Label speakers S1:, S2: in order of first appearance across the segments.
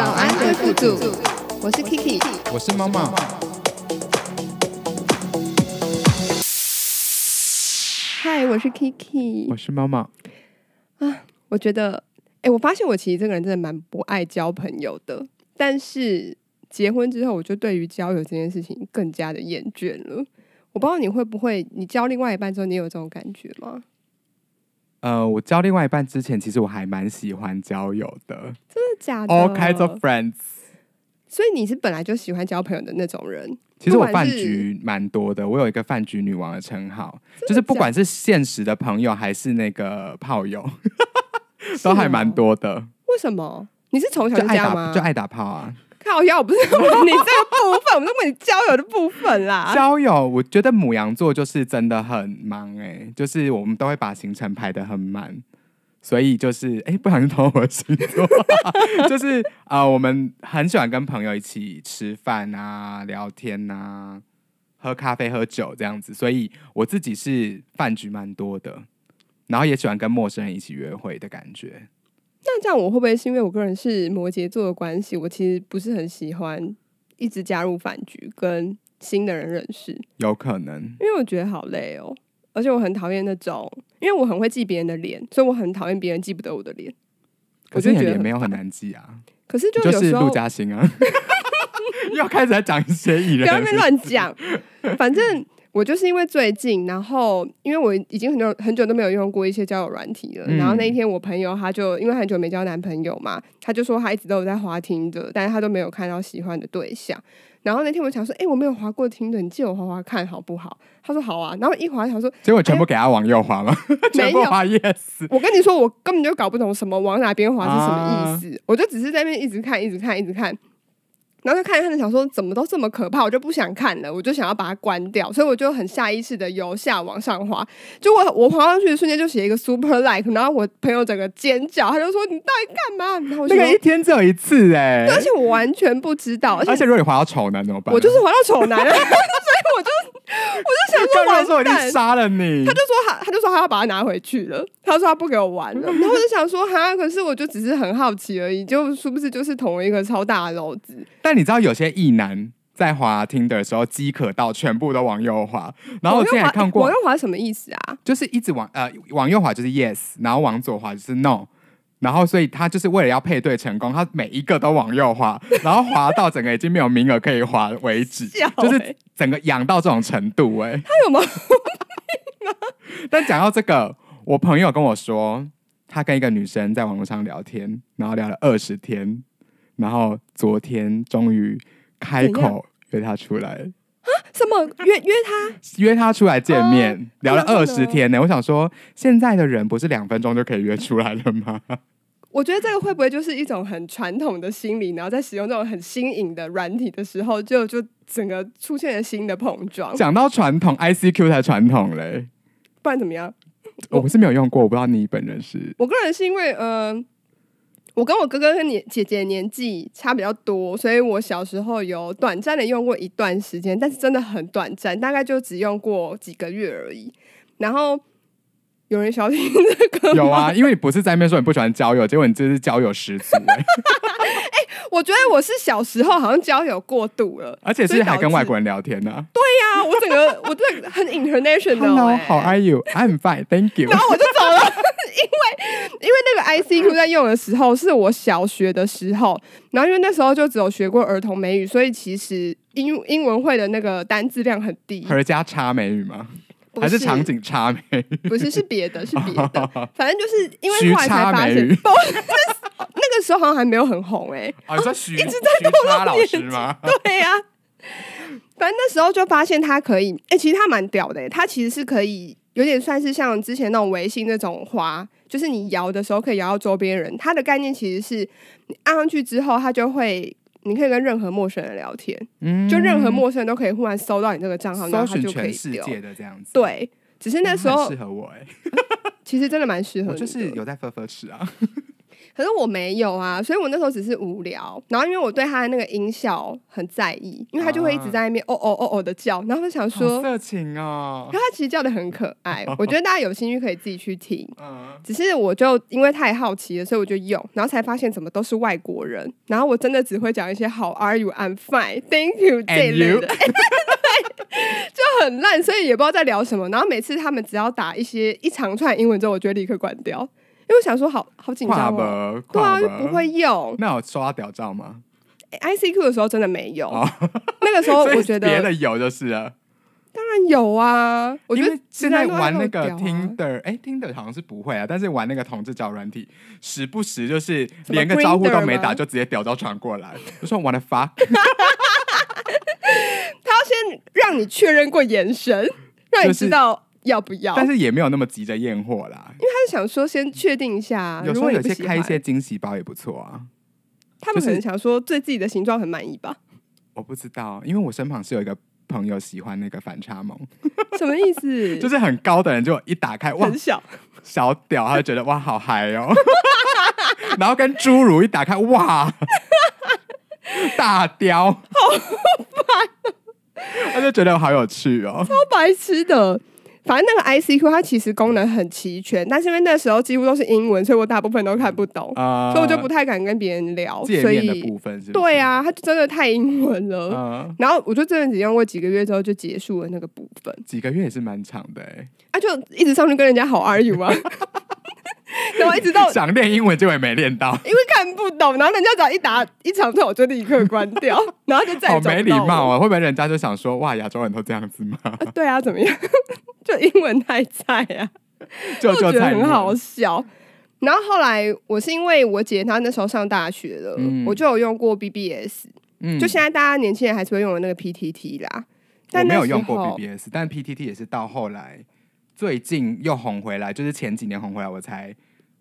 S1: 互助，我是 Kiki，
S2: 我是猫猫。
S1: 嗨，我是 Kiki，
S2: 我是猫猫。
S1: 我觉得，哎、我发现我其实这个人真的蛮不爱交朋友的，但是结婚之后，我就对于交友这件事情更加的厌倦了。我不知道你会不会，你交另外一半之后，你有这种感觉吗？
S2: 呃，我交另外一半之前，其实我还蛮喜欢交友的
S1: 真的假的
S2: ，all kinds of friends。
S1: 所以你是本来就喜欢交朋友的那种人，
S2: 其实我
S1: 不
S2: 饭
S1: 管是
S2: 局蛮多的，我有一个饭局女王的称号，就是不管是现实的朋友还是那个炮友，都还蛮多的，
S1: 为什么？你是从小
S2: 就
S1: 就这
S2: 爱
S1: 样
S2: 打
S1: 吗？
S2: 就爱打炮啊。
S1: 靠腰，我不是问你这个部分，我们是问你交友的部分啦。
S2: 交友，我觉得母羊座就是真的很忙哎、就是我们都会把行程排得很满，所以就是哎、不小心偷我的星座， 就是呃，我们很喜欢跟朋友一起吃饭啊、聊天啊、喝咖啡、喝酒这样子，所以我自己是饭局蛮多的，然后也喜欢跟陌生人一起约会的感觉。
S1: 那这样我会不会是因为我个人是摩羯座的关系，我其实不是很喜欢一直加入饭局跟新的人认识，因
S2: 有可能，
S1: 为我觉得好累哦，而且我很讨厌那种，因为我很会记别人的脸，所以我很讨厌别人记不得我的脸。
S2: 可是
S1: 我
S2: 你
S1: 就
S2: 的
S1: 觉得
S2: 脸
S1: 很
S2: 没有很难记啊，
S1: 可是就
S2: 就
S1: 有
S2: 是
S1: 时候
S2: 陆嘉欣啊， 又开始在讲一些艺
S1: 不
S2: 人
S1: 要在那
S2: 的
S1: 边乱讲，反正。我就是因为最近，然后因为我已经很久很久都没有用过一些交友软体了，
S2: 嗯
S1: 然后那一天我朋友他就因为很久没交男朋友嘛，他就说他一直都有在滑听的，但是他都没有看到喜欢的对象。然后那天我想说，哎、我没有滑过听的，你借我滑滑看好不好？他说好啊，然后一滑想说，
S2: 结果全部给他往右滑吗？ 全部
S1: 哎没有
S2: 滑 yes。
S1: 我跟你说，我根本就搞不懂什么往哪边滑是什么意思，我就只是在那边一直看，一直看，一直看，然后就看一看就想说怎么都这么可怕，我就不想看了，我就想要把它关掉，所以我就很下意识的由下往上滑，就我我滑上去的瞬间就写一个 super like，然后我朋友整个尖叫，他就说你到底干嘛？然后我就
S2: 那
S1: 说
S2: 个一天只有一次哎、
S1: 而且我完全不知道，
S2: 而
S1: 而
S2: 且
S1: 且
S2: 如果你滑到丑男怎么办？
S1: 我就是滑到丑男了，啊所以我就我就
S2: 刚
S1: 想说
S2: 刚
S1: 完
S2: 说我一
S1: 蛋
S2: 定。杀了你
S1: 他，就说他，他就说他要把它拿回去了。他说他不给我玩 了。然后我就想说，哈，可是我就只是很好奇而已，就是不是就是同一个超大的篓子？
S2: 但你知道有些异男在滑 Tinder 的时候饥渴到全部都往右滑，然后我之前也
S1: 往右滑
S2: 看
S1: 往
S2: 过
S1: 右，滑什么意思啊？
S2: 就是一直往呃往右滑就是 yes，然后往左滑就是 no。然后，所以他就是为了要配对成功，他每一个都往右滑，然后滑到整个已经没有名额可以滑为止，
S1: 笑欸
S2: 就是整个痒到这种程度哎、
S1: 他有没有？
S2: 但讲到这个，我朋友跟我说，他跟一个女生在网络上聊天，然后聊了二十天，然后昨天终于开
S1: 怎样
S2: 口约她出来，
S1: 什么约约他？
S2: 约她出来见面，聊了
S1: 然后
S2: 二
S1: 呢
S2: 十天呢、我想说，现在的人不是两分钟就可以约出来了 吗？
S1: 我觉得这个会不会就是一种很传统的心理，然后在使用这种很新颖的软体的时候，就就整个出现了新的碰撞？
S2: 讲到传统，ICQ 才传统嘞。
S1: 不然怎么样？我
S2: 我是没有用过，我不知道你本人是。
S1: 我个人是因为，呃，我跟我哥哥跟你姐姐年纪差比较多，所以我小时候有短暂的用过一段时间，但是真的很短暂，大概就只用过几个月而已。然后有人想要听这个 吗
S2: 有啊，，因为你不是在那边说你不喜欢交友，结果你这是交友十足、欸，
S1: 我觉得我是小时候好像交友过度了，
S2: 而且
S1: 所以
S2: 是还
S1: 导
S2: 跟
S1: 致
S2: 外国人聊天呢、
S1: 对呀、我整个我这个很 international，、
S2: Hello,
S1: 欸、
S2: how are you? I'm fine, thank you.
S1: 然后我就走了，因为因为那个 ICQ 在用的时候是我小学的时候，然后因为那时候就只有学过儿童美语，所以其实英英文会的那个单字量很低，
S2: 合家插美语吗？
S1: 不
S2: 还是场景插美语？
S1: 不是是别的，是别的，反正就是因为
S2: 徐
S1: 后来才
S2: 差
S1: 发
S2: 美
S1: 现，
S2: 语
S1: 不是 那个时候好像还没有很红 哎、
S2: 啊，你说 徐徐插老师吗？
S1: 对呀、反正那时候就发现他可以，哎、其实他蛮屌的、欸，他其实是可以有点算是像之前那种微信那种花，就是你摇的时候可以摇到周边人。它的概念其实是你按上去之后，它就会。你可以跟任何陌生人聊天，
S2: 嗯
S1: 就任何陌生人都可以忽然搜到你这个账号，然
S2: 搜
S1: 后他
S2: 寻
S1: 就可
S2: 全
S1: 以
S2: 世
S1: 丢。
S2: 界的这样子。，
S1: 对，只是那时候
S2: 适合我哎，
S1: 其实真的蛮适合
S2: 我
S1: 你
S2: 就
S1: 的，
S2: 是有在分分吃啊。
S1: 可是我没有啊，所以我那时候只是无聊。然后因为我对他的那个音效很在意，因为他就会一直在那边哦哦哦哦的叫，然后就想
S2: 啊 好
S1: 说，
S2: 色情哦
S1: 可，他其实叫的很可爱， 我觉得大家有兴趣可以自己去听。
S2: 嗯，
S1: 只是我就因为太好奇了，所以我就用，然后才发现怎么都是外国人，然后我真的只会讲一些 How are you? I'm fine, thank you 这一类
S2: you
S1: 的，对，就很烂，所以也不知道在聊什么。然后每次他们只要打一些一长串英文之后，我就会立刻关掉，因为我想说好好紧
S2: 跨
S1: 张哦，
S2: 博，
S1: 对啊，
S2: 跨
S1: 又
S2: 博
S1: 不会。用、
S2: 那有刷屌照吗？
S1: 哎 ICQ 的时候真的没有，
S2: 哦
S1: 那个时候
S2: 所以
S1: 我觉得
S2: 别的有就是了。
S1: 当然有啊，我觉
S2: 因
S1: 得
S2: 为现在
S1: 直男都爱
S2: 玩那
S1: 露
S2: 个
S1: 屌啊
S2: Tinder，哎、t i n d e r 好像是不会啊，但是玩那个同志交友软体，时不时就是
S1: 什么
S2: 连个招呼都没
S1: Grindr 吗
S2: 打，就直接屌照传过来，就说 What the fuck？
S1: 他要先让你确认过眼神，让你
S2: 就是
S1: 知道要不要。
S2: 但是也没有那么急着验货啦。
S1: 他是想说先确定一下，
S2: 有时
S1: 如
S2: 候
S1: 果你
S2: 有
S1: 不
S2: 些
S1: 喜
S2: 开
S1: 欢
S2: 一，些惊喜包也不错啊。
S1: 他们
S2: 就
S1: 可能
S2: 是
S1: 想说对自己的形状很满意吧？
S2: 我不知道，因为我身旁是有一个朋友喜欢那个反差萌，
S1: 什么意思？
S2: 就是很高的人就一打开哇
S1: 很小，
S2: 小屌，他就觉得哇好嗨哦， 然后跟侏儒一打开哇 大雕，好
S1: 哦
S2: 烦、他就觉得好有趣哦。
S1: 超白痴的。反正那个 ICQ 它其实功能很齐全，但是因为那时候几乎都是英文，所以我大部分都看不懂，
S2: 啊
S1: 所以我就不太敢跟别人聊。
S2: 界
S1: 所
S2: 面的
S1: 以
S2: 部分是不是
S1: 对，啊，它就真的太英文了。
S2: 嗯，
S1: 然后我就真的只用过几个月之后就结束了那个部分。
S2: 几个月也是蛮长的哎、
S1: 啊，就一直上去跟人家好 are you 啊， 然后一直到
S2: 想练英文结果也没练到，
S1: 因为看不懂，然后人家只要一打一长串，我就立刻关掉，然后就再也
S2: 好
S1: 找
S2: 没
S1: 不
S2: 礼
S1: 到我
S2: 貌啊！会不会人家就想说哇亚洲人都这样子 吗？
S1: 啊！对啊，怎么样？就英文太菜啊，
S2: 就
S1: 我
S2: 就
S1: 觉得
S2: 菜
S1: 很
S2: 鸟
S1: 好笑。然后后来我是因为我姐她那时候上大学了，
S2: 嗯
S1: 我就有用过 BBS，、
S2: 嗯
S1: 就现在大家年轻人还是会用的那个 PTT 啦。
S2: 我
S1: 但
S2: 没
S1: 那
S2: 有
S1: 时
S2: 用过
S1: 候
S2: BBS，但 PTT 也是到后来最近又红回来，就是前几年红回来我才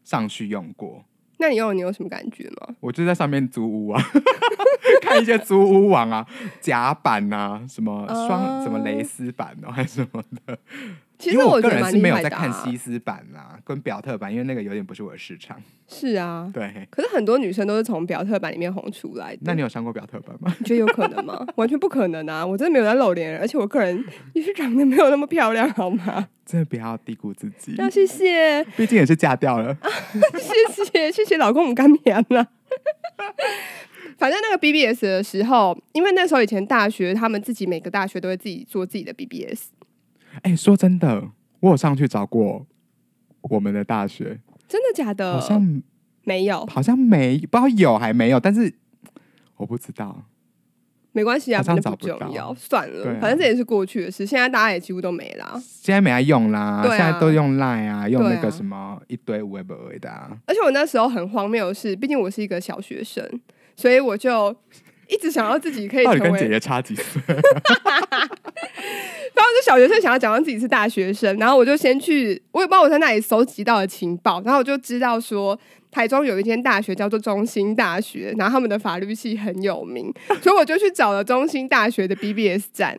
S2: 上去用过。
S1: 那你用你有什么感觉吗？
S2: 我就在上面租屋啊， 看一些租屋网啊、甲板啊、什么双、
S1: 哦
S2: 什么蕾丝板哦，还是什么的。
S1: 其
S2: 因
S1: 实
S2: 为我个
S1: 觉得
S2: 人
S1: 蛮
S2: 是
S1: 厉
S2: 没有
S1: 害
S2: 在
S1: 的、
S2: 看
S1: 啊。
S2: 西斯版啊，跟表特版，因为那个有点不是我的市场。
S1: 是啊，
S2: 对，
S1: 可是很多女生都是从表特版里面红出来的。
S2: 那你有上过表特版吗？
S1: 你觉得有可能吗？ 完全不可能啊！我真的没有在露脸，而且我个人也是长得没有那么漂亮，好吗？
S2: 真的不要低估自己，
S1: 那谢谢，
S2: 毕竟也是嫁掉了。
S1: 谢谢，谢谢老公，我们干棉了。反正那个 BBS 的时候，因为那时候以前大学，他们自己每个大学都会自己做自己的 BBS，
S2: 哎、说真的，我有上去找过我们的大学，
S1: 真的假
S2: 好
S1: 的？
S2: 像
S1: 没有，
S2: 好像没，不知道有还没有，但是我不知道。
S1: 没关系啊，
S2: 好
S1: 反
S2: 像
S1: 正
S2: 找
S1: 重
S2: 不到
S1: 要，算了
S2: 对，啊
S1: 反正这也是过去的事，现在大家也几乎都没啦。
S2: 现在没在用啦，
S1: 对啊
S2: 现在都用 Line 啊，用那
S1: 对啊
S2: 个什么一堆无微不微的啊。
S1: 而且我那时候很荒谬的是，毕竟我是一个小学生，所以我就一直想要自己可以
S2: 到
S1: 成
S2: 底跟
S1: 为
S2: 姐姐差几岁？
S1: 然后就小学生想要假装自己是大学生，然后我就先去，我也不知道我在哪里搜集到的情报，然后我就知道说台中有一间大学叫做中兴大学，然后他们的法律系很 有名，所以我就去找了中兴大学的 BBS 站。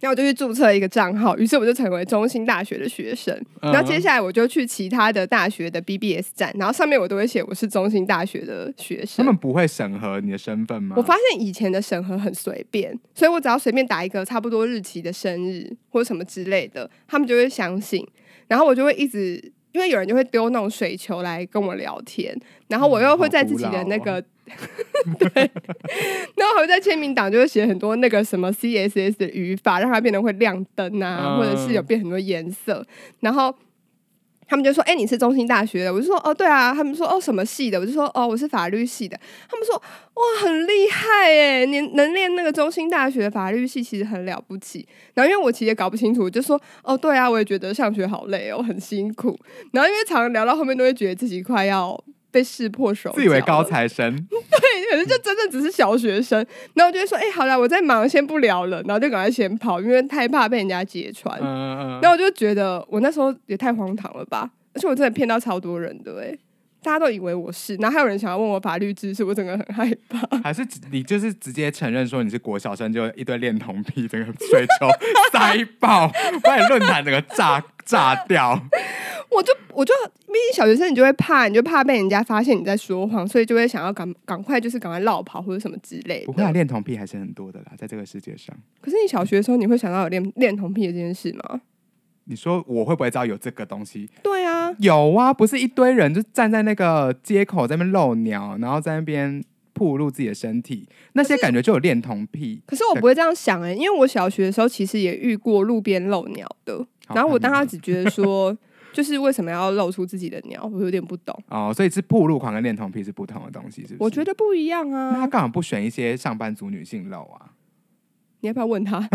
S1: 然后我就去注册一个账号，于是我就成为中兴大学的学生。
S2: 嗯
S1: 然后接下来我就去其他的大学的 BBS 站，然后上面我都会写我是中兴大学的学
S2: 他
S1: 生。
S2: 们不会审核你的身份吗？
S1: 我发现以前的审核很随便，所以我只要随便打一个差不多日期的生日或者什么之类的，他们就会相信，然后我就会一直，因为有人就会丢那种水球来跟我聊天，然后我又会在自己的那个。
S2: 哦
S1: 对，然后还会在签名档就会写很多那个什么 CSS 的语法，让它变得会亮灯啊，
S2: 嗯
S1: 或者是有变很多颜色。然后他们就说：“哎、你是中兴大学的？”我就说：“哦，对啊。”他们说：“哦，什么系的？”我就说：“哦，我是法律系的。”他们说：“哇，很厉害哎！你能念那个中兴大学法律系，其实很了不起。”然后因为我其实也搞不清楚，我就说：“哦，对啊，我也觉得上学好累哦，很辛苦。”然后因为常常聊到后面，都会觉得自己快要被识破手，
S2: 自以为高。材生，
S1: 哦对，可是就真的只是小学生。然后就会说：“哎、好了，我在忙，先不聊了。”然后就赶快先跑，因为太怕被人家揭穿。
S2: 嗯嗯
S1: 然后我就觉得我那时候也太荒唐了吧，而且我真的骗到超多人的哎、大家都以为我是，然后还有人想要问我法律知识，我整个很害怕。
S2: 嗯，还是你就是直接承认说你是国小生，就一堆恋童癖， 整个水球塞爆，把你论坛整个炸炸掉。
S1: 我就我就，毕竟小学生你就会怕，你就怕被人家发现你在说谎，所以就会想要赶赶快就是赶快绕跑或者什么之类
S2: 不会啊，
S1: 的。
S2: 恋童癖还是很多的啦，在这个世界上。
S1: 可是你小学的时候，你会想到有恋恋童癖的这件事吗？
S2: 你说我会不会知道有这个东西？
S1: 对啊，
S2: 有啊，不是一堆人就站在那个街口在那边露鸟，然后在那边暴露自己的身体，那些感觉就有恋童癖。
S1: 可是我不会这样想哎、因为我小学的时候其实也遇过路边漏鸟的，
S2: 好
S1: 然后我
S2: 看
S1: 当
S2: 吗
S1: 时只觉得说，就是为什么要露出自己的鸟，我有点不懂。
S2: 哦，所以是暴露狂跟恋童癖是不同的东西，是不是？
S1: 我觉
S2: 得，
S1: 得不一样
S2: 那他
S1: 啊！
S2: 干嘛不选一些上班族女性露 啊？
S1: 你要不要问他？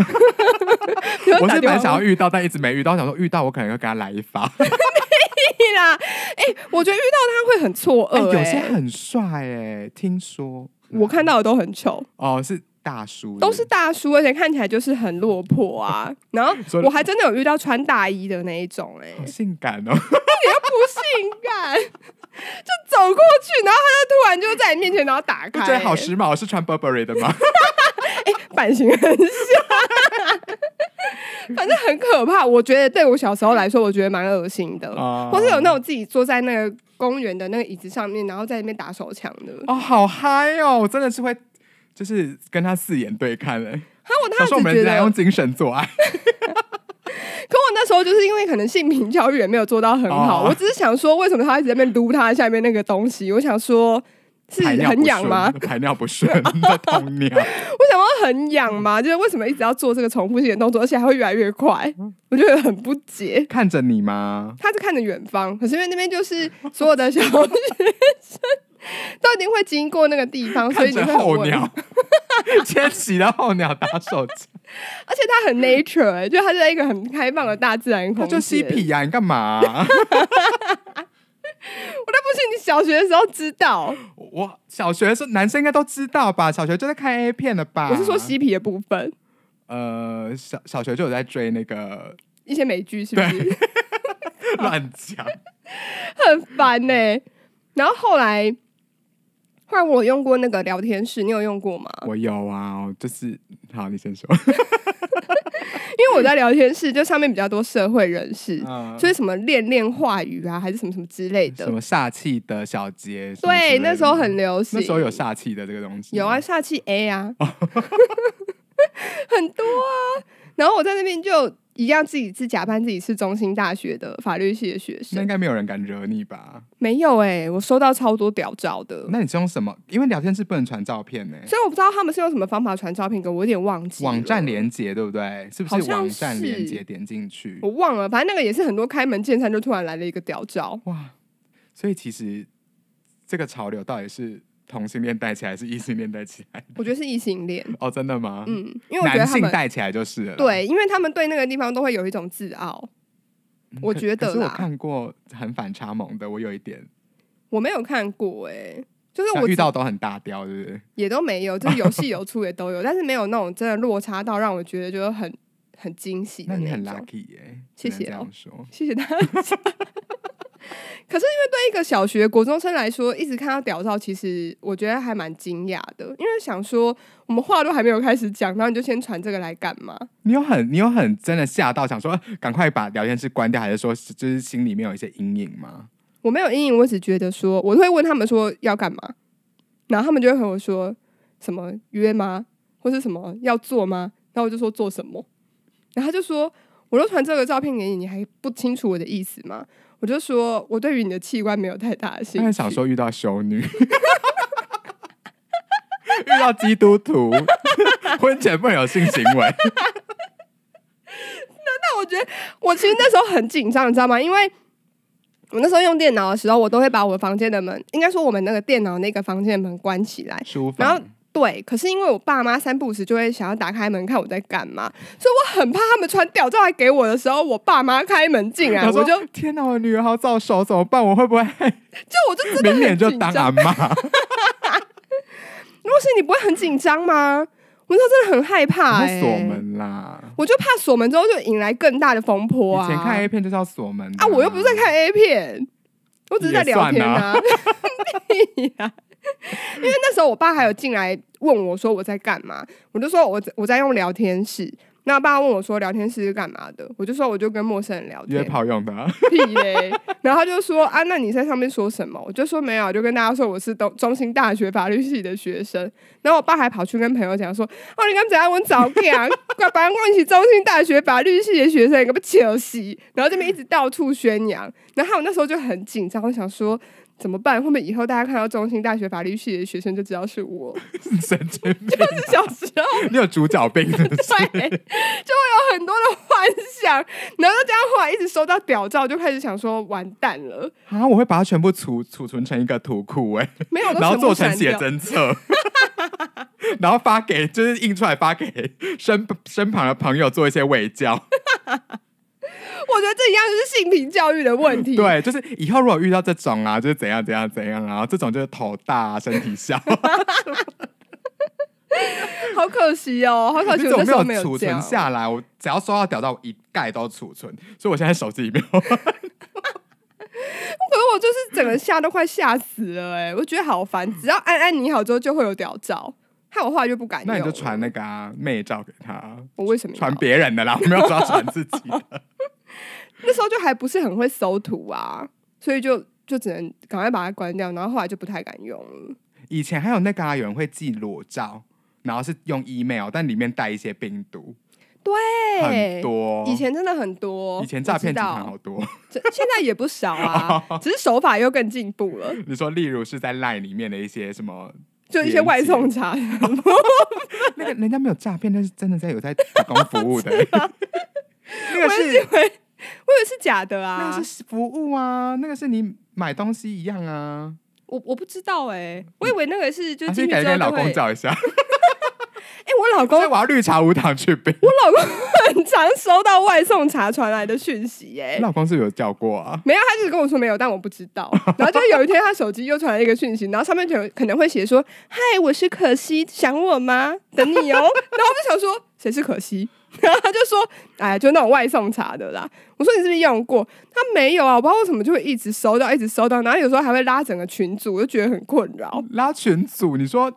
S2: 我是蛮想要
S1: 遇
S2: 遇到，但一直没遇到，我想说遇到我可能要跟他来一发。
S1: 啦。哎、我觉得遇到他会很错
S2: 哎
S1: 愕、欸
S2: 有些很帅哎、听说
S1: 我看到的都很丑，
S2: 哦是大叔，
S1: 都是大叔，而且看起来就是很落魄啊。然后
S2: 所以
S1: 我还真的有遇到穿大衣的那一种、欸，哎，
S2: 好性感哦。
S1: 不性感，就走过去，然后他就突然就在你面前，然后打
S2: 不
S1: 开、
S2: 觉得好
S1: 欸
S2: 时髦？是穿 Burberry 的 吗？
S1: 版型很像，反正很可怕。我觉得对我小时候来说，我觉得蛮恶心的，
S2: 啊
S1: 或是有那种自己坐在那个公园的那个椅子上面，然后在那边打手枪的。
S2: 哦，好嗨哦！我真的是会，就是跟他四眼对看哎、欸。
S1: 他我
S2: 他
S1: 当时
S2: 说我
S1: 觉
S2: 们来
S1: 得，
S2: 用精神做爱，
S1: 可我那时候就是因为可能性平教育也没有做到很好，
S2: 哦
S1: 我只是想说，为什么他一直在那边撸他下面那个东西？我想说。是
S2: 排尿不
S1: 很痒
S2: 顺
S1: 吗？？
S2: 排尿不顺，在痛 尿。
S1: 我想说很痒吗？就是为什么一直要做这个重复性的动作，而且还会越来越快？
S2: 嗯
S1: 我觉得很不解。
S2: 看着你吗？
S1: 他是看着远方，可是因为那边就是所有的小学生都一定会经过那个地方，所以
S2: 看着
S1: 你会很
S2: 候
S1: 稳
S2: 鸟， 千禧的候鸟打手 枪，
S1: 而且他很 nature，、欸、就他是在一个很开放的大自然空
S2: 他
S1: 间。
S2: 就嬉皮啊呀、你干嘛、
S1: 我都不信你小学的时候知道，
S2: 我小学的时候，男生应该都知道吧？小学就在看 A 片了吧？
S1: 我是说嬉皮的部分，
S2: 呃，小小学就有在追那 个
S1: 一些美剧是不是
S2: 乱讲，
S1: 很烦呢、欸然后后来，后来我用过那个聊天室，你有用过吗？
S2: 我有啊，我就是好，你先 说。
S1: 因为我在聊天室就上面比较多社会人士，
S2: 嗯
S1: 所以什么恋恋话语啊，还是什么什么之类的
S2: 什。么煞气的小节？什么之类
S1: 对，
S2: 的
S1: 那时候很流行。
S2: 那时候有煞气的这个东西，
S1: 有啊，，下期 A 啊，很多啊。然后我在那边就一样自己是假扮自己是中兴大学的法律系的学
S2: 那应
S1: 生，
S2: 该没有人敢惹你吧？
S1: 没有哎、我收到超多屌照的，
S2: 那你是用什么？因为聊天室不能传照片呢、
S1: 所以我不知道他们是用什么方法传照片给我，我有点忘记了
S2: 网站，连接对不对？是不
S1: 好
S2: 是
S1: 像
S2: 网站连
S1: 是
S2: 接点进去
S1: 我？忘了，反正那个也是很多开门见山就突然来了一个屌照，
S2: 哇！所以其实这个潮流到底是同性恋带起来，还是异性恋带起来？
S1: 我觉得是异性恋，
S2: 哦，真的吗？
S1: 嗯，因为我觉得
S2: 男
S1: 他
S2: 性
S1: 们
S2: 带起来就是了啦。
S1: 对，因为他们对那个地方都会有一种自傲，
S2: 嗯，
S1: 我
S2: 可
S1: 觉得
S2: 可是我
S1: 啦
S2: 看过很反差萌的，我有一点，
S1: 我没有看过哎、就是
S2: 但
S1: 我
S2: 遇到都很大雕，对不对？
S1: 也都没有，就是有戏有出也都有，但是没有那种真的落差到让我觉得就是很很惊喜的
S2: 那你很
S1: 种。
S2: lucky 耶、
S1: 谢
S2: 只能
S1: 谢
S2: 这
S1: 哦
S2: 样说。
S1: 谢谢大家。可是因为 对一个小学国中生来说，一直看到屌照，其实我觉得还蛮惊讶的，因为想说我们话都还没有开始讲，然后你就先传这个来干嘛？
S2: 你有很你有很真的吓到，想说呃赶快把聊天室关掉，还是说是就是心里面有一些阴影吗？
S1: 我没有阴影，我只觉得说我会问他们说要干嘛，然后他们就会和我说什么约吗，或是什么要做吗？然后我就说做什么，然后他就说我都传这个照片给你，你还不清楚我的意思吗？我就说我对于你的器官没有太大的兴
S2: 但
S1: 趣，
S2: 是想说遇到修女， 遇到基督徒， 婚前不能有性行为，
S1: 但我觉得我其实那时候很紧张，你知道吗？因为我那时候用电脑的时候，我都会把我房间的门，应该说我们那个电脑那个房间的门关起来，
S2: 书
S1: 然后
S2: 房。
S1: 对，可是因为我爸妈三不五时就会想要打开门看我在干嘛，所以我很怕他们传屌照来给我的时候，我爸妈开门进来，
S2: 然后
S1: 我就
S2: 说：“天哪，我的女儿好早熟，怎么办？我会不会
S1: 就我就 真的
S2: 明年
S1: 很
S2: 就
S1: 紧
S2: 当啊
S1: 张。
S2: 阿妈？
S1: 如果是你不会很紧张吗？我那时候真的很害
S2: 要
S1: 怕、欸，
S2: 锁门啦！
S1: 我就怕锁门之后就引来更大的风波
S2: 以
S1: 啊！
S2: 前看 A 片就是要锁门
S1: 啊，我又不是在看 A 片，我只是在聊天啊。屁呀 因为那时候我爸还有进来问我说我在干嘛，我就说我在我在用聊天室。那爸问我说聊天室是干嘛的，我就说我就跟陌生人聊
S2: 约
S1: 天，
S2: 炮用的、啊，
S1: 屁嘞、然后他就说啊，那你在上面说什么？我就说没有，就跟大家说我是东中兴大学法律系的学生。然后我爸还跑去跟朋友讲说，哦，你刚怎样？我早讲，快把我一起中兴大学法律系的学生，你个不球席。然后这边一直到处宣扬，然后我那时候就很紧张，我想说。怎么办？会不会以后大家看到中兴大学法律系的学生就知道是我？
S2: 神经病，
S1: 就是小时候
S2: 你有主角病是不 是？
S1: 对，就会有很多的幻想，然后就这样，后来一直收到屌照，就开始想说完蛋了，
S2: 啊，我会把它全部储储存成一个图库哎、
S1: 没 有，我都
S2: 然后
S1: 全部
S2: 做成
S1: 删
S2: 写
S1: 掉
S2: 真册， 然后发给就是印出来发给身身旁的朋友做一些伪教。
S1: 我觉得这一样就是性平教 育的问题。，
S2: 对，就是以后如果遇到这种啊，就是怎样怎样怎样啊，然后这种就是头大、啊、身体小，
S1: 好可惜哦，好可 惜，
S2: 这
S1: 我那
S2: 种
S1: 时候
S2: 没
S1: 没
S2: 有储
S1: 这
S2: 存
S1: 样。
S2: 下来。我只要收到屌照，我一概都储存，所以我现在手机里面有
S1: 可是我就是整个吓都快吓死了哎、我觉得好烦。只要按按你好之后，就会有屌照，害我后来就不敢用
S2: 那
S1: 了。嗯
S2: 你就传那个、啊、妹照给他，
S1: 我为什么要
S2: 传别人的啦，我没有说要传自己 的。
S1: 那时候就还不是很会搜图啊，所以就就只能赶快把它关掉，然后后来就不太敢用了。
S2: 以前还有那个、啊、有人会寄裸照，然后是用 email，但里面带一些病毒，
S1: 对，
S2: 很多。
S1: 以前真的很多，
S2: 以前诈骗集团
S1: 哦我
S2: 好多，
S1: 知道，这现在也不少啊，只是手法又更进步了，
S2: 你说例如是在 LINE 里面的一些什 么，
S1: 就一些外送茶，
S2: 那个人家没有诈骗，但是真的在有在提供服 务的、 那个
S1: 我也
S2: 是
S1: 以为我以为是假的啊，
S2: 那个是服务啊，那个是你买东西一样啊。
S1: 我我不知道哎、我以为那个是就
S2: 还是
S1: 进
S2: 你
S1: 去
S2: 改
S1: 之
S2: 天跟老
S1: 后就会，
S2: 公
S1: 哎、
S2: 找一下，
S1: 我老公
S2: 所以我要绿茶无糖去冰。
S1: 我老公很常收到外送茶传来的讯息哎、
S2: 你老公是不是有叫过啊？
S1: 没有，他就是跟我说没有，但我不知道。然后就有一天，他手机又传来一个讯息，然后上面就可能会写说：“嗨，我是可惜，想我吗？等你哦。” 然后我就想说谁是可惜， 然后他就说：“哎呀，就那种外送茶的啦。”我说：“你是不是用过？”他没有啊，我不知道为什么就会一直收到，一直收到，然后有时候还会拉整个群组，我就觉得很困扰。
S2: 拉群组，你说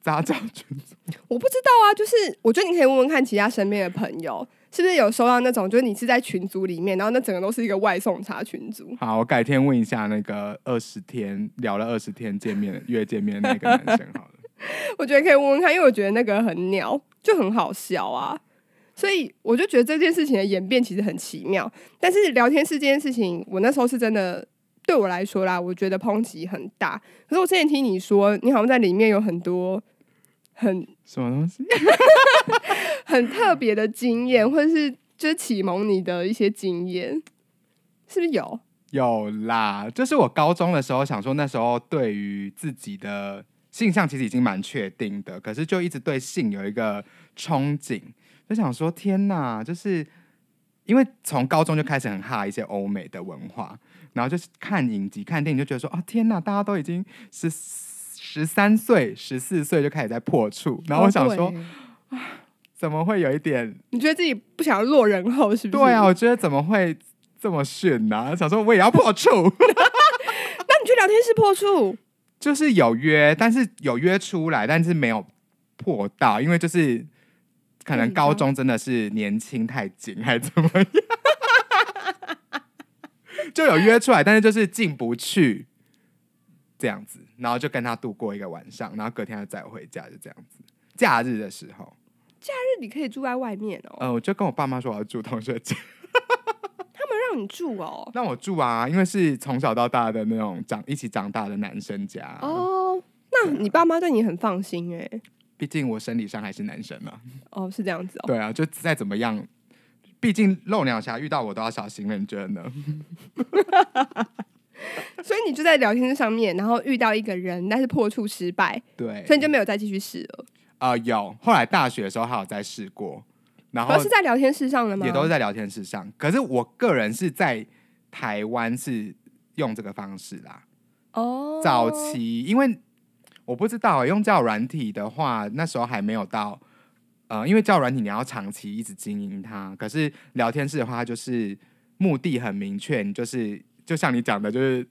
S2: 杂交群组，
S1: 我不知道啊，就是我觉得你可以问问看其他身边的朋友，是不是有收到那种，就是你是在群组里面，然后那整个都是一个外送茶群组。
S2: 好，我改天问一下那个二十天聊了二十天见面约见面的那个男生好了。
S1: 我觉得可以问问看，因为我觉得那个很鸟，就很好笑啊。所以我就觉得这件事情的演变其实很奇妙。但是聊天室这件事情，我那时候是真的对我来说啦，我觉得抨击很大。可是我之前听你说，你好像在里面有很多很
S2: 什么东西？
S1: 很特别的经验，或者是就是启蒙你的一些经验，是不是有？
S2: 有啦，就是我高中的时候想说，那时候对于自己的性向其实已经蛮确定的，可是就一直对性有一个憧憬，就想说天哪，就是因为从高中就开始很哈一些欧美的文化，然后就是看影集、看电影，就觉得说啊天哪，大家都已经十十三岁、十四岁就开始在破处，然后我想
S1: 哦
S2: 说
S1: 对
S2: 怎么会有一点
S1: 你觉得自己不想要落人后，是不是？
S2: 对啊？。我觉得怎么会这么逊呢、想说我也要破处。
S1: 那你去聊天室破处，
S2: 就是有约，但是有约出来，但是没有破到，因为就是可能高中真的是年轻太紧，还怎么样？ 就有约出来，但是就是进不去，这样子，然后就跟他度过一个晚上，然后隔天他载我回家，就这样子。假日的时候，
S1: 但是你可以住在外面哦、
S2: 呃，我就跟我爸妈说我要住同学家，
S1: 让你住哦。
S2: 让我住啊，因为是从小到大的那种长一起长大的男生家，
S1: 哦，那你爸妈对你很放心哎、
S2: 毕竟我生理上还是男生嘛。
S1: 哦，是这样子哦。
S2: 对啊，就再怎么样，毕竟露鸟侠遇到我都要小心了，你觉得呢？
S1: 所以你就在聊天室上面，然后遇到一个人，但是破处失败，
S2: 对，
S1: 所以你就没有再继续试了。
S2: 呃有，后来大学的时候还有再试过，然后
S1: 哦而是在聊天室上了吗？
S2: 也都是在聊天室上。可是我个人是在台湾是用这个方式啦，
S1: 哦，
S2: 早期因为我不知道、用交友软体的话，那时候还没有到。呃，因为交友软体你要长期一直经营它，可是聊天室的话，它就是目的很明确，你就是就像你讲的，就是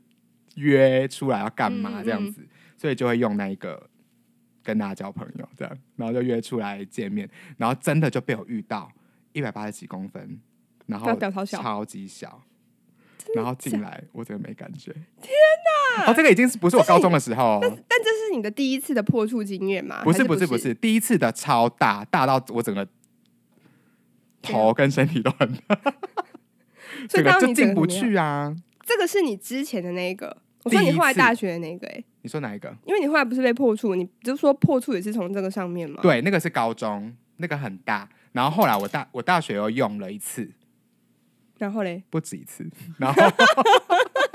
S2: 约出来要干嘛
S1: 嗯
S2: 这样子，所以就会用那一个跟大家交朋友这样，然后就约出来见面，然后真的就被我遇到，一百八十几公分，然后
S1: 那屌超小
S2: 超级小。然后进来，我真的没感觉。天哪！哦，这个已经是不是我高中的时候哦？
S1: 但这是你的第一次的破处经验吗？
S2: 不
S1: 还
S2: 是
S1: 不
S2: 不是不，是，第一次的超大，大到我整个头跟身体都很大，
S1: 所啊以
S2: 整个
S1: 当
S2: 就
S1: 你整
S2: 进
S1: 个
S2: 不
S1: 怎么样。
S2: 去啊。
S1: 这个是你之前的那一个，我说
S2: 第一
S1: 你后来
S2: 次
S1: 大学的那个、欸，
S2: 你说哪一个？
S1: 因为你后来不是被破处，你就说破处也是从这个上面嘛。，
S2: 对，那个是高中，那个很大。然后后来我大我大学又用了一次，
S1: 然后嘞，
S2: 不止一次，然后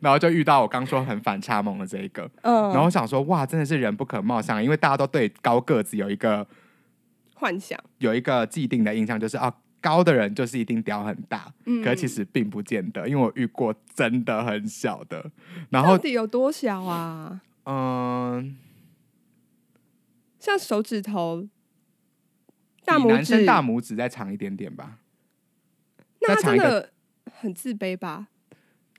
S2: 然后就遇到我刚说很反差萌的这一个，
S1: 嗯，
S2: 然后我想说哇，真的是人不可貌相，因为大家都对高个子有一个
S1: 嗯幻想，
S2: 有一个既定的印象，就是啊。高的人就是一定屌很大，
S1: 嗯，
S2: 可其实并不见得，因为我遇过真的很小的，然
S1: 到
S2: 后
S1: 底有多小啊？
S2: 嗯，
S1: 像手指头、大
S2: 比
S1: 拇
S2: 男
S1: 指，
S2: 生大拇指再长一点点吧，
S1: 那
S2: 再
S1: 他
S2: 长一
S1: 真
S2: 个
S1: 的很自卑吧？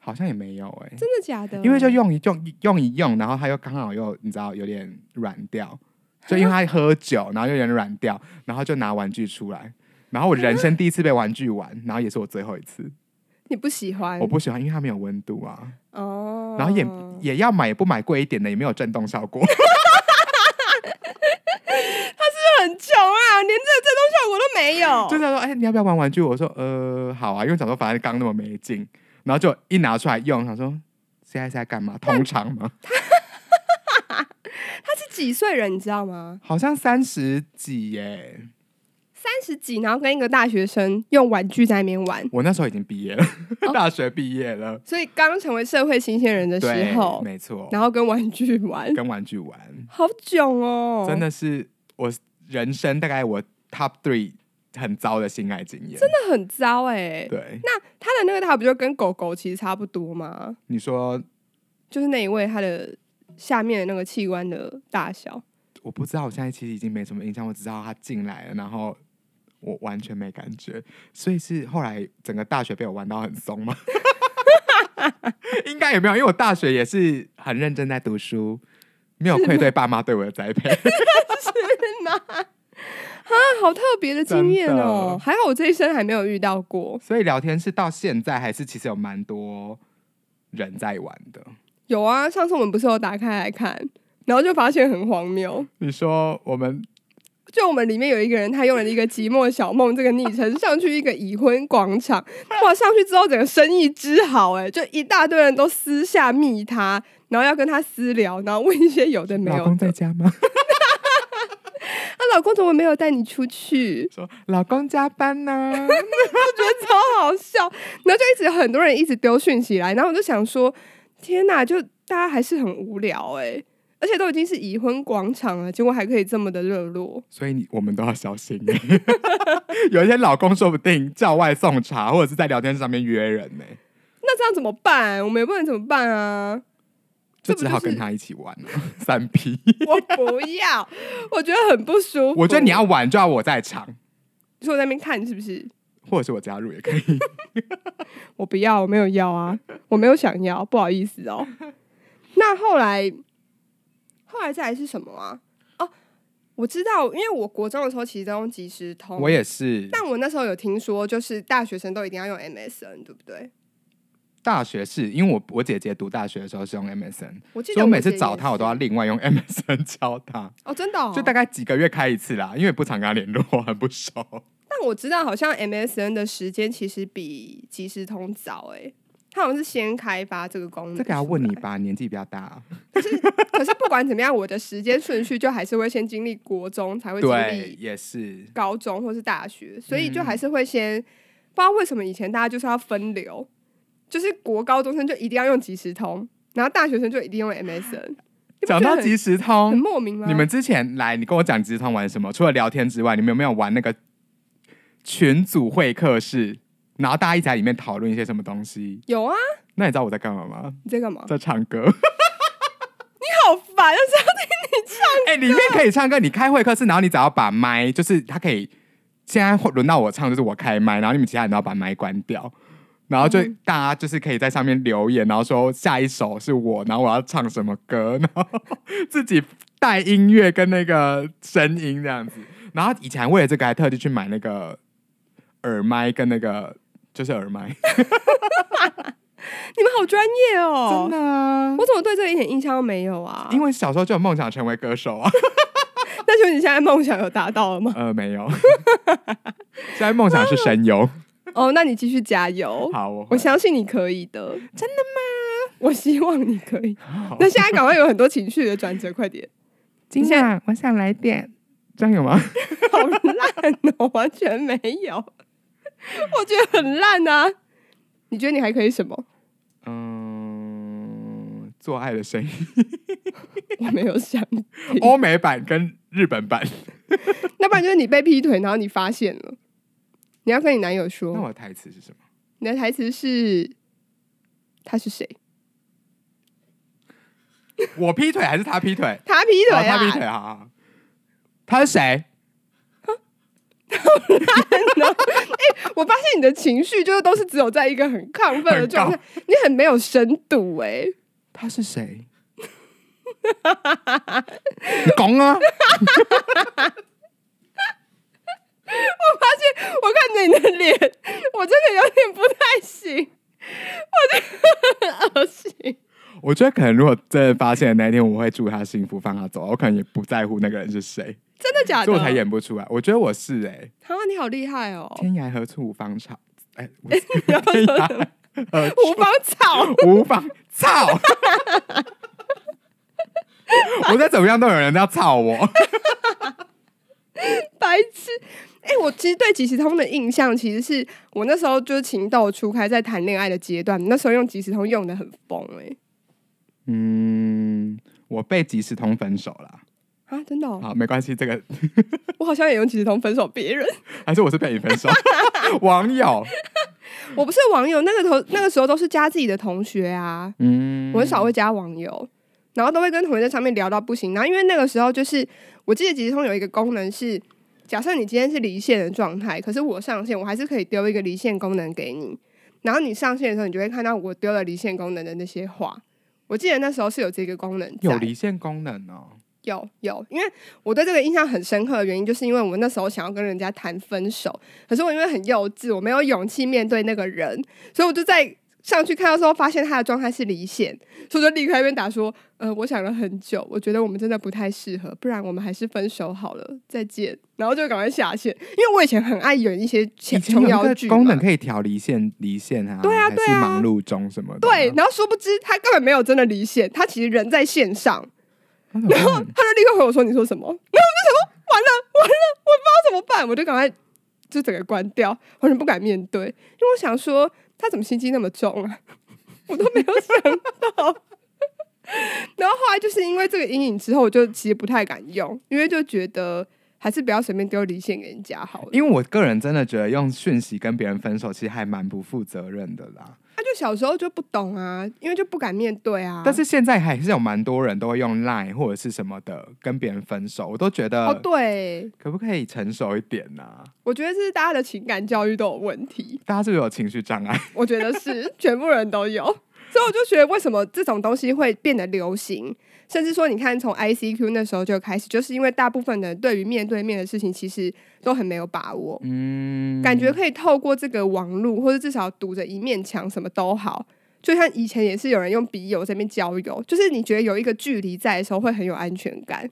S2: 好像也没有哎、
S1: 真的哦假的？
S2: 因为就用一用用一用，然后他又刚好又你知道有点软掉，就
S1: 啊
S2: 因为他喝酒，然后又有点软掉，然后就拿玩具出来。然后我人生第一次被玩具玩，然后也是我最后一次。
S1: 你不喜欢
S2: 我不喜欢，因为它没有温度啊，
S1: 哦，
S2: 然后也也要买，也不买贵一点的，也没有震动效果。
S1: 很穷啊，连这这东西我都没有，
S2: 就是他说：“哎、你要不要玩玩具？”我说：“呃，好啊。”因为想说反正刚那么没劲，然后就一拿出来用，想说现在是在干嘛？通常吗？
S1: 他是几岁人，你知道吗？
S2: 好像三十几耶，
S1: 三十几，然后跟一个大学生用玩具在那边玩，
S2: 我那时候已经毕业了，大学毕业了。
S1: 所以刚成为社会新鲜人哦的
S2: 对，
S1: 时候，
S2: 没错，
S1: 然后跟玩具玩，
S2: 跟玩具玩，
S1: 好囧哦，
S2: 真的是我人生大概我 top three 很糟的性爱经验，真的
S1: 那很糟哎、
S2: 对。
S1: 那他的那个他不就跟狗狗其实差不多吗？
S2: 你说
S1: 就是那一位他的下面的那个器官的大小，
S2: 我不知道，我现在其实已经没什么印象，我只知道他进来了，然后。我完全没感觉，所以是后来整个大学被我玩到很松吗？ 应该也没有，因为我大学也是很认真在读书，没有愧对爸妈对我的栽培。
S1: 那好特别的经验
S2: 真
S1: 哦
S2: 的，
S1: 还好我这一生还没有遇到过。
S2: 所以聊天是到现在还是其实有蛮多人在玩的。
S1: 有啊，上次我们不是有打开来看，然后就发现很荒谬。
S2: 你说我们
S1: 就我们里面有一个人，他用了一个“寂寞小梦”这个昵称上去一个已婚广场，哇，上去之后整个生意之好、哎，就一大堆人都私下密他，然后要跟他私聊，然后问一些有的没
S2: 老
S1: 有
S2: 公在
S1: 的。
S2: 家吗？
S1: 那老公怎么没有带你出去？
S2: 说老公加班呢、
S1: 超好哦笑。然后就一直很多人一直丢讯息来，然后我就想说，天哪，就大家还是很无聊哎、而且都已经是已婚广场了，结果还可以这么的热络。
S2: 所以你我们都要小心。 有一天老公说不定叫外送茶，或者是在聊天上面约人呢、
S1: 那这样怎么办？我们也不能怎么办啊！
S2: 就
S1: 这不
S2: 只好
S1: 就是
S2: 跟他一起玩 了、三 P。
S1: 我不要，我觉得很不舒服。
S2: 我觉得你要玩就要我在场，
S1: 你说我在那边看是不是？
S2: 或者是我加入也可 以。
S1: 我不要，我没有要啊，我没有想要，不好意思哦。 那后来，后来再来是什么啊？哦，我知道，因为我国中的时候其实都用即时通，
S2: 我也是，
S1: 但我那时候有听说，就是大学生都一定要用 MSN，对不对？
S2: 大学是因为我我姐姐读大学的时候是用 MSN，
S1: 我记
S2: 所以
S1: 得
S2: 我每次
S1: 姐也
S2: 找她我都要
S1: 是
S2: 另外用 MSN 教她，
S1: 哦，真的、哦。
S2: 就大概几个月开一次啦，因为不常跟她联络，很不熟。
S1: 但我知道好像 MSN 的时间其实比即时通早诶、欸，它好像是先开发这个功能。
S2: 这个要问你。吧，年纪比较大、
S1: 可是不管怎么样，我的时间顺序就还是会先经历国中，才会经
S2: 对，嗯
S1: 历
S2: 也是。
S1: 高中或是大学，所以就还是会先、不知道为什么以前大家就是要分流，就是国高中生就一定要用即时通，然后大学生就一定用 MSN。你不觉
S2: 讲
S1: 得
S2: 到
S1: 很
S2: 即时
S1: 很
S2: 通，
S1: 莫名吗？
S2: 哦你们之前来，你跟我讲即时通玩什么？除了聊天之外，你们有没有玩那个群组会客室？然后大家一起在里面讨论一些什么东西？
S1: 有啊？
S2: 那你知道我在干嘛吗？
S1: 你在干嘛？
S2: 在唱歌。
S1: 好烦，啊要是
S2: 哎、里面可以唱歌，你开会客室，然后你只要把麦，就是它可以。现在会轮到我唱，就是我开麦，然后你们其他人都要把麦关掉，然后就
S1: 嗯
S2: 大家就是可以在上 面留言，然后说下一首是我，然后我要唱什么歌，然后自己带音乐跟那个声音这样子。然后以前为了这个还特地去买那个耳麦跟那个就是耳麦，
S1: 你们好专业哦
S2: 真！的啊，
S1: 我怎么对这个一点印象都没有啊？
S2: 因为小时候就有梦想成为歌 手啊。
S1: 那请问你现在梦想有达到了吗？
S2: 呃，没有， 现在梦想是神游。
S1: 哦，那你继续加油。
S2: 好，我
S1: 我
S2: 会
S1: 相信你可以的。真的吗？我希望你可以。那现在赶快有很多情绪的转折，快点！
S2: 今晚我想来点，这样有吗？
S1: 好烂哦，完全没有，我觉得很烂啊。你觉得你还可以什么？
S2: 嗯，做爱的声音，
S1: 我没有想。
S2: 欧美版跟日本版。
S1: 那不然就是你被劈腿，然后你发现了，你要跟你男友
S2: 那我
S1: 说，
S2: 的台词是什么？
S1: 你的台词是他是谁？
S2: 我劈腿还是他劈腿？
S1: 他劈
S2: 哦
S1: 腿啊！
S2: 他劈腿，好好。好他是谁？
S1: 我发现你的情绪就是都是只有在一个很亢奋的状态，你很没有深度哎、
S2: 他是 谁？你讲啊！
S1: 我看着你的脸，我真的有点不太行，我觉得很恶心。
S2: 我觉得可能如果真的发现的那一天，我会祝他幸福，放他走。我可能也不在乎那个人是谁，
S1: 真的假的？
S2: 所以我才演不出来。我觉得我是哎、
S1: 啊，你好厉害哦！
S2: 天涯何处无芳草？哎、 我天涯何
S1: 无芳草，
S2: 处 无芳草。我再怎么样都有人要操我，
S1: 白痴！哎、我其实对即时通的印象，其实是我那时候就是情窦初开，在谈恋爱的阶段，那时候用即时通用的很疯哎、
S2: 嗯，我被即时通分手了。
S1: 啊，真的、哦，
S2: 好，没关系，这个
S1: 我好像也用即时通分手别人。
S2: 还是我是被你分手。 网友，
S1: 我不是网友，那个头那个时候都是加自己的同学啊，
S2: 嗯，
S1: 我很少会加网友，然后都会跟同学在上面聊到不行。然后因为那个时候就是，我记得即时通有一个功能是，假设你今天是离线的状态，可是我上线，我还是可以丢一个离线功能给你。然后你上线的时候，你就会看到我丢了离线功能的那些话。我记得那时候是有这个功能在
S2: 有离线功能哦。
S1: 有有，因为我对这个印象很深刻的原因，就是因为我那时候想要跟人家谈分手，可是我因为很幼稚，我没有勇气面对那个人，所以我就在上去看到时候，发现他的状态是离线，所以我就立刻在那边打说：“呃，我想了很久，我觉得我们真的不太适合，不然我们还是分手好了，再见。”然后就赶快下线，因为我以前很爱演一些
S2: 以
S1: 琼
S2: 前
S1: 琼
S2: 有
S1: 瑶
S2: 个
S1: 剧
S2: 功
S1: 嘛
S2: 能可以调离线，离线啊，
S1: 对啊
S2: 还
S1: 对
S2: 是
S1: 啊
S2: 忙碌中什么的。
S1: 对，然后殊不知他根本没有真的离线，他其实人在线上，
S2: 他怎么会很
S1: 他就立刻回我说：“你说什么？” 然后我就想说：“完了，完了，我不知道怎么办，我就赶快就整个关掉，完全不敢面对，因为我想说他怎么心机那么重啊， 我都没有想到。” 然后后来就是因为这个阴影之后，我就其实不太敢用，因为就觉得还是不要随便丢离线给人家好了。
S2: 因为我个人真的觉得用讯息跟别人分手，其实还蛮不负责任的啦。
S1: 他就小时候就不懂啊，因为就不敢面对啊。
S2: 但是现在还是有蛮多人都会用 Line 或者是什么的跟别人分手，我都觉
S1: 哦，
S2: 得
S1: 对，
S2: 可不可以成熟一点呢、
S1: 我觉得这是大家的情感教育都有问题。
S2: 大家是不是有情绪障碍？
S1: 我觉得是全部人都有。所以我就觉得，为什么这种东西会变得流行，甚至说，你看从 ICQ 那时候就开始，就是因为大部分人对于面对面的事情，其实都很没有把握，
S2: 嗯，
S1: 感觉可以透过这个网络，或者至少堵着一面墙，什么都好。就像以前也是有人用笔友在那边交友，就是你觉得有一个距离在的时候，会很有安全感。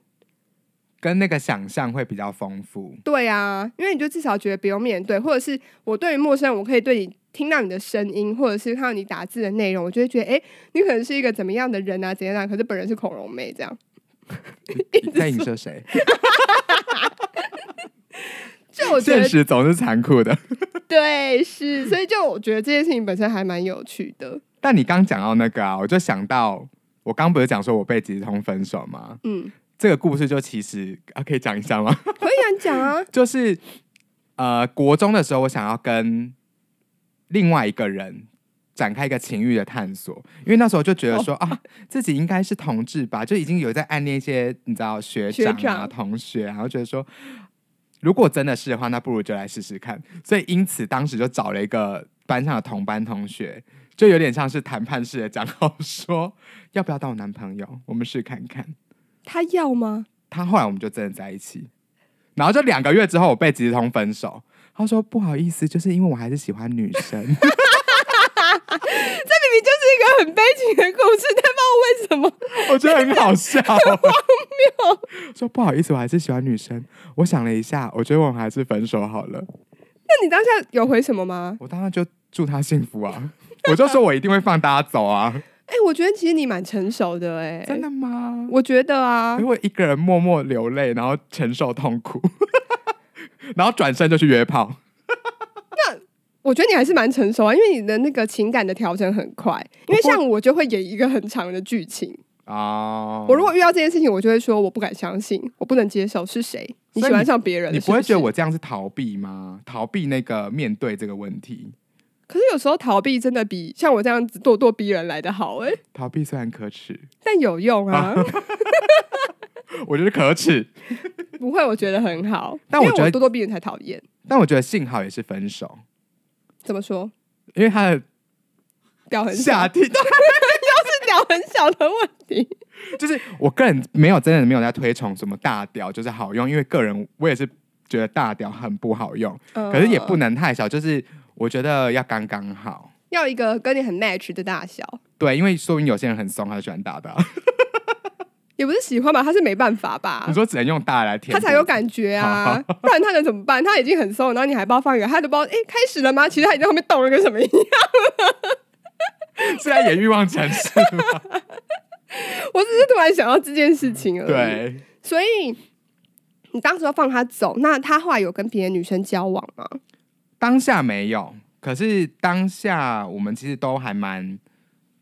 S2: 跟那个想象会比较丰富。
S1: 对啊，因为你就至少觉得不用面对，或者是我对于陌生人，我可以对你听到你的声音，或者是看到你打字的内容，我就会觉得，哎、你可能是一个怎么样的人啊，怎样啊？可是本人是恐龙妹这样，
S2: 在影射谁？
S1: 就 我觉
S2: 现
S1: 得
S2: 实总是残酷的。
S1: 对是，所以就我觉得这件事情本身还蛮有趣的。
S2: 但你刚讲到那个啊，我就想到我刚不是讲说我被即时通分手吗？
S1: 嗯，
S2: 这个故事就其实啊，可以讲一下吗？
S1: 可以啊，你讲啊，
S2: 就是呃，国中的时候，我想要跟另外一个人展开一个情欲的探索，因为那时候就觉
S1: 哦
S2: 得说、 啊，自己应该是同志吧，就已经有在暗恋一些你知道学
S1: 学
S2: 长啊、
S1: 长
S2: 同学啊，然后觉得说。如果真的是的话，那不如就来试试看。所以，因此当时就找了一个班上的同班同学，就有点像是谈判式的讲好说，要不要当我男朋友？我们试看看。
S1: 他要吗？
S2: 他后来我们就真的在一起，然后就两个月之后我被即时通分手。他说不好意思，就是因为我还是喜欢女生。
S1: 这明明就是一个很悲情的故事，但不知道为什么，
S2: 我觉得很好笑、欸，荒谬。说不好意思，我还是喜欢女生。我想了一下，我觉得我们还是分手好了。
S1: 那你当下有回什么吗？
S2: 我当然就祝他幸福啊！我就说我一定会放大家走啊！
S1: 哎、我觉得其实你蛮成熟的、哎，
S2: 真的吗？
S1: 我觉得啊
S2: 因，为一个人默默流泪，然后承受痛苦， 然后转身就去约炮。
S1: 我觉得你还是蛮成熟啊，因为你的那个情感的调整很快。因为
S2: 不过
S1: 像我就会演一个很长的剧情，
S2: 哦，
S1: 我如果遇到这件事情，我就会说我不敢相信，我不能接受是谁你
S2: 所以
S1: 喜欢上别人了
S2: 你不会觉
S1: 是是
S2: 得我这样是逃避吗？逃避那个面对这个问题，
S1: 可是有时候逃避真的比像我这样子咄咄逼人来的好哎、
S2: 逃避虽然可耻，
S1: 但有用啊，
S2: 我觉得可耻，
S1: 不会，我觉得很好。
S2: 但我
S1: 因为
S2: 觉
S1: 我
S2: 得
S1: 咄咄逼人才讨厌，
S2: 但我觉得幸好也是分手，
S1: 怎么说？
S2: 因为他的
S1: 屌很小
S2: 下，体，
S1: 是屌很小的问题。
S2: 就是我个人没有真的没有在推崇什么大屌就是好用，因为个人我也是觉得大屌很不好用，可是也不
S1: 嗯
S2: 能太小，就是我觉得要刚刚好。
S1: 要一个跟你很 match 的大小，
S2: 对，因为说明有些人很松，他就喜欢大的啊、
S1: 也不是喜欢吧，他是没办法吧
S2: 你。说只能用大的来填补，
S1: 他才有感觉啊，不然他能怎么办？他已经很松，然后你还帮他放一个，他都不知道哎、开始了吗？其实他已经在后面动了个什么一样。
S2: 现在也欲望城市。
S1: 我只是突然想到这件事情而已。，
S2: 对，
S1: 所以你当时要放他走，那他后来有跟别的女生交往吗？
S2: 当下没有，可是当下我们其实都还蛮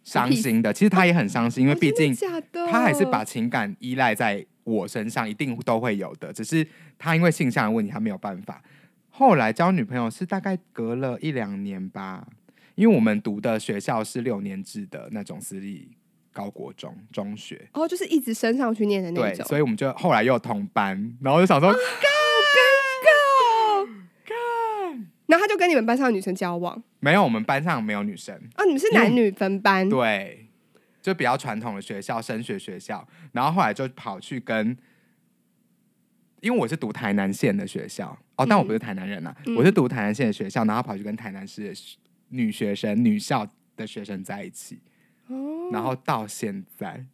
S2: 伤心的。其实他也很伤心，因为
S1: 哦
S2: 毕
S1: 真的
S2: 竟
S1: 假的，
S2: 他还是把情感依赖在我身上，一定都会有的。只是他因为性向的问题，他没有办法。后来交女朋友是大概隔了一两年吧，因为我们读的学校是六年制的那种私立高国中中学，
S1: 哦，就是一直升上去念的那
S2: 对，
S1: 种。
S2: 所以我们就后来又同班，然后就想说，
S1: 然后他就跟你们班上的女生交往
S2: 没有，我们班上没有女生，
S1: 啊，你们是男女分班，
S2: 嗯对，就比较传统的学校，升学学校，然后后来就跑去跟，因为我是读台南县的学校，哦，但我不是台南人啊，
S1: 嗯
S2: 我是读台南县的学校，然后跑去跟台南市的学女学生、女校的学生在一起，
S1: 哦，
S2: 然后到现在，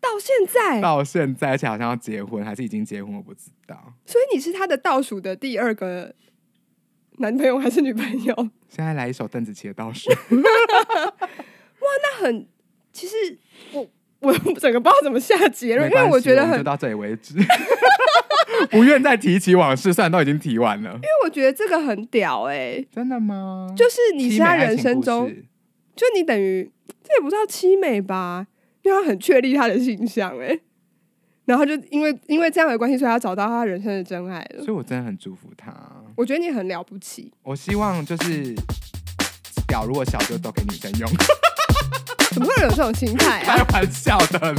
S1: 到现在，
S2: 到现在，而且好像要结婚，还是已经结婚，我不知道，
S1: 所以你是他的倒数的第二个男朋友还是女朋友？
S2: 现在来一首邓紫棋的倒数。
S1: 那很，其实我我整个不知道怎么下结论，
S2: 没
S1: 因为
S2: 关
S1: 我
S2: 系
S1: 觉得
S2: 们
S1: 很，
S2: 就
S1: 因
S2: 到这里为止， 不愿再提起往事，虽然都已经提完了。
S1: 为我觉得这个很屌哎、
S2: 真的吗？
S1: 就是你
S2: 凄
S1: 是他
S2: 美爱
S1: 人
S2: 情
S1: 生
S2: 故
S1: 中，
S2: 事
S1: 就你等于这也不知道凄美吧，因为他很确立他的形象哎、然后就因为因为这样的关系，所以他找到他人生的真爱 了
S2: 所以。我真的很祝福他。
S1: 我觉得你很了不起，
S2: 我希望就是屌，如果小就都给女生用，
S1: 怎么会有这种心态啊
S2: 开？玩笑的啦。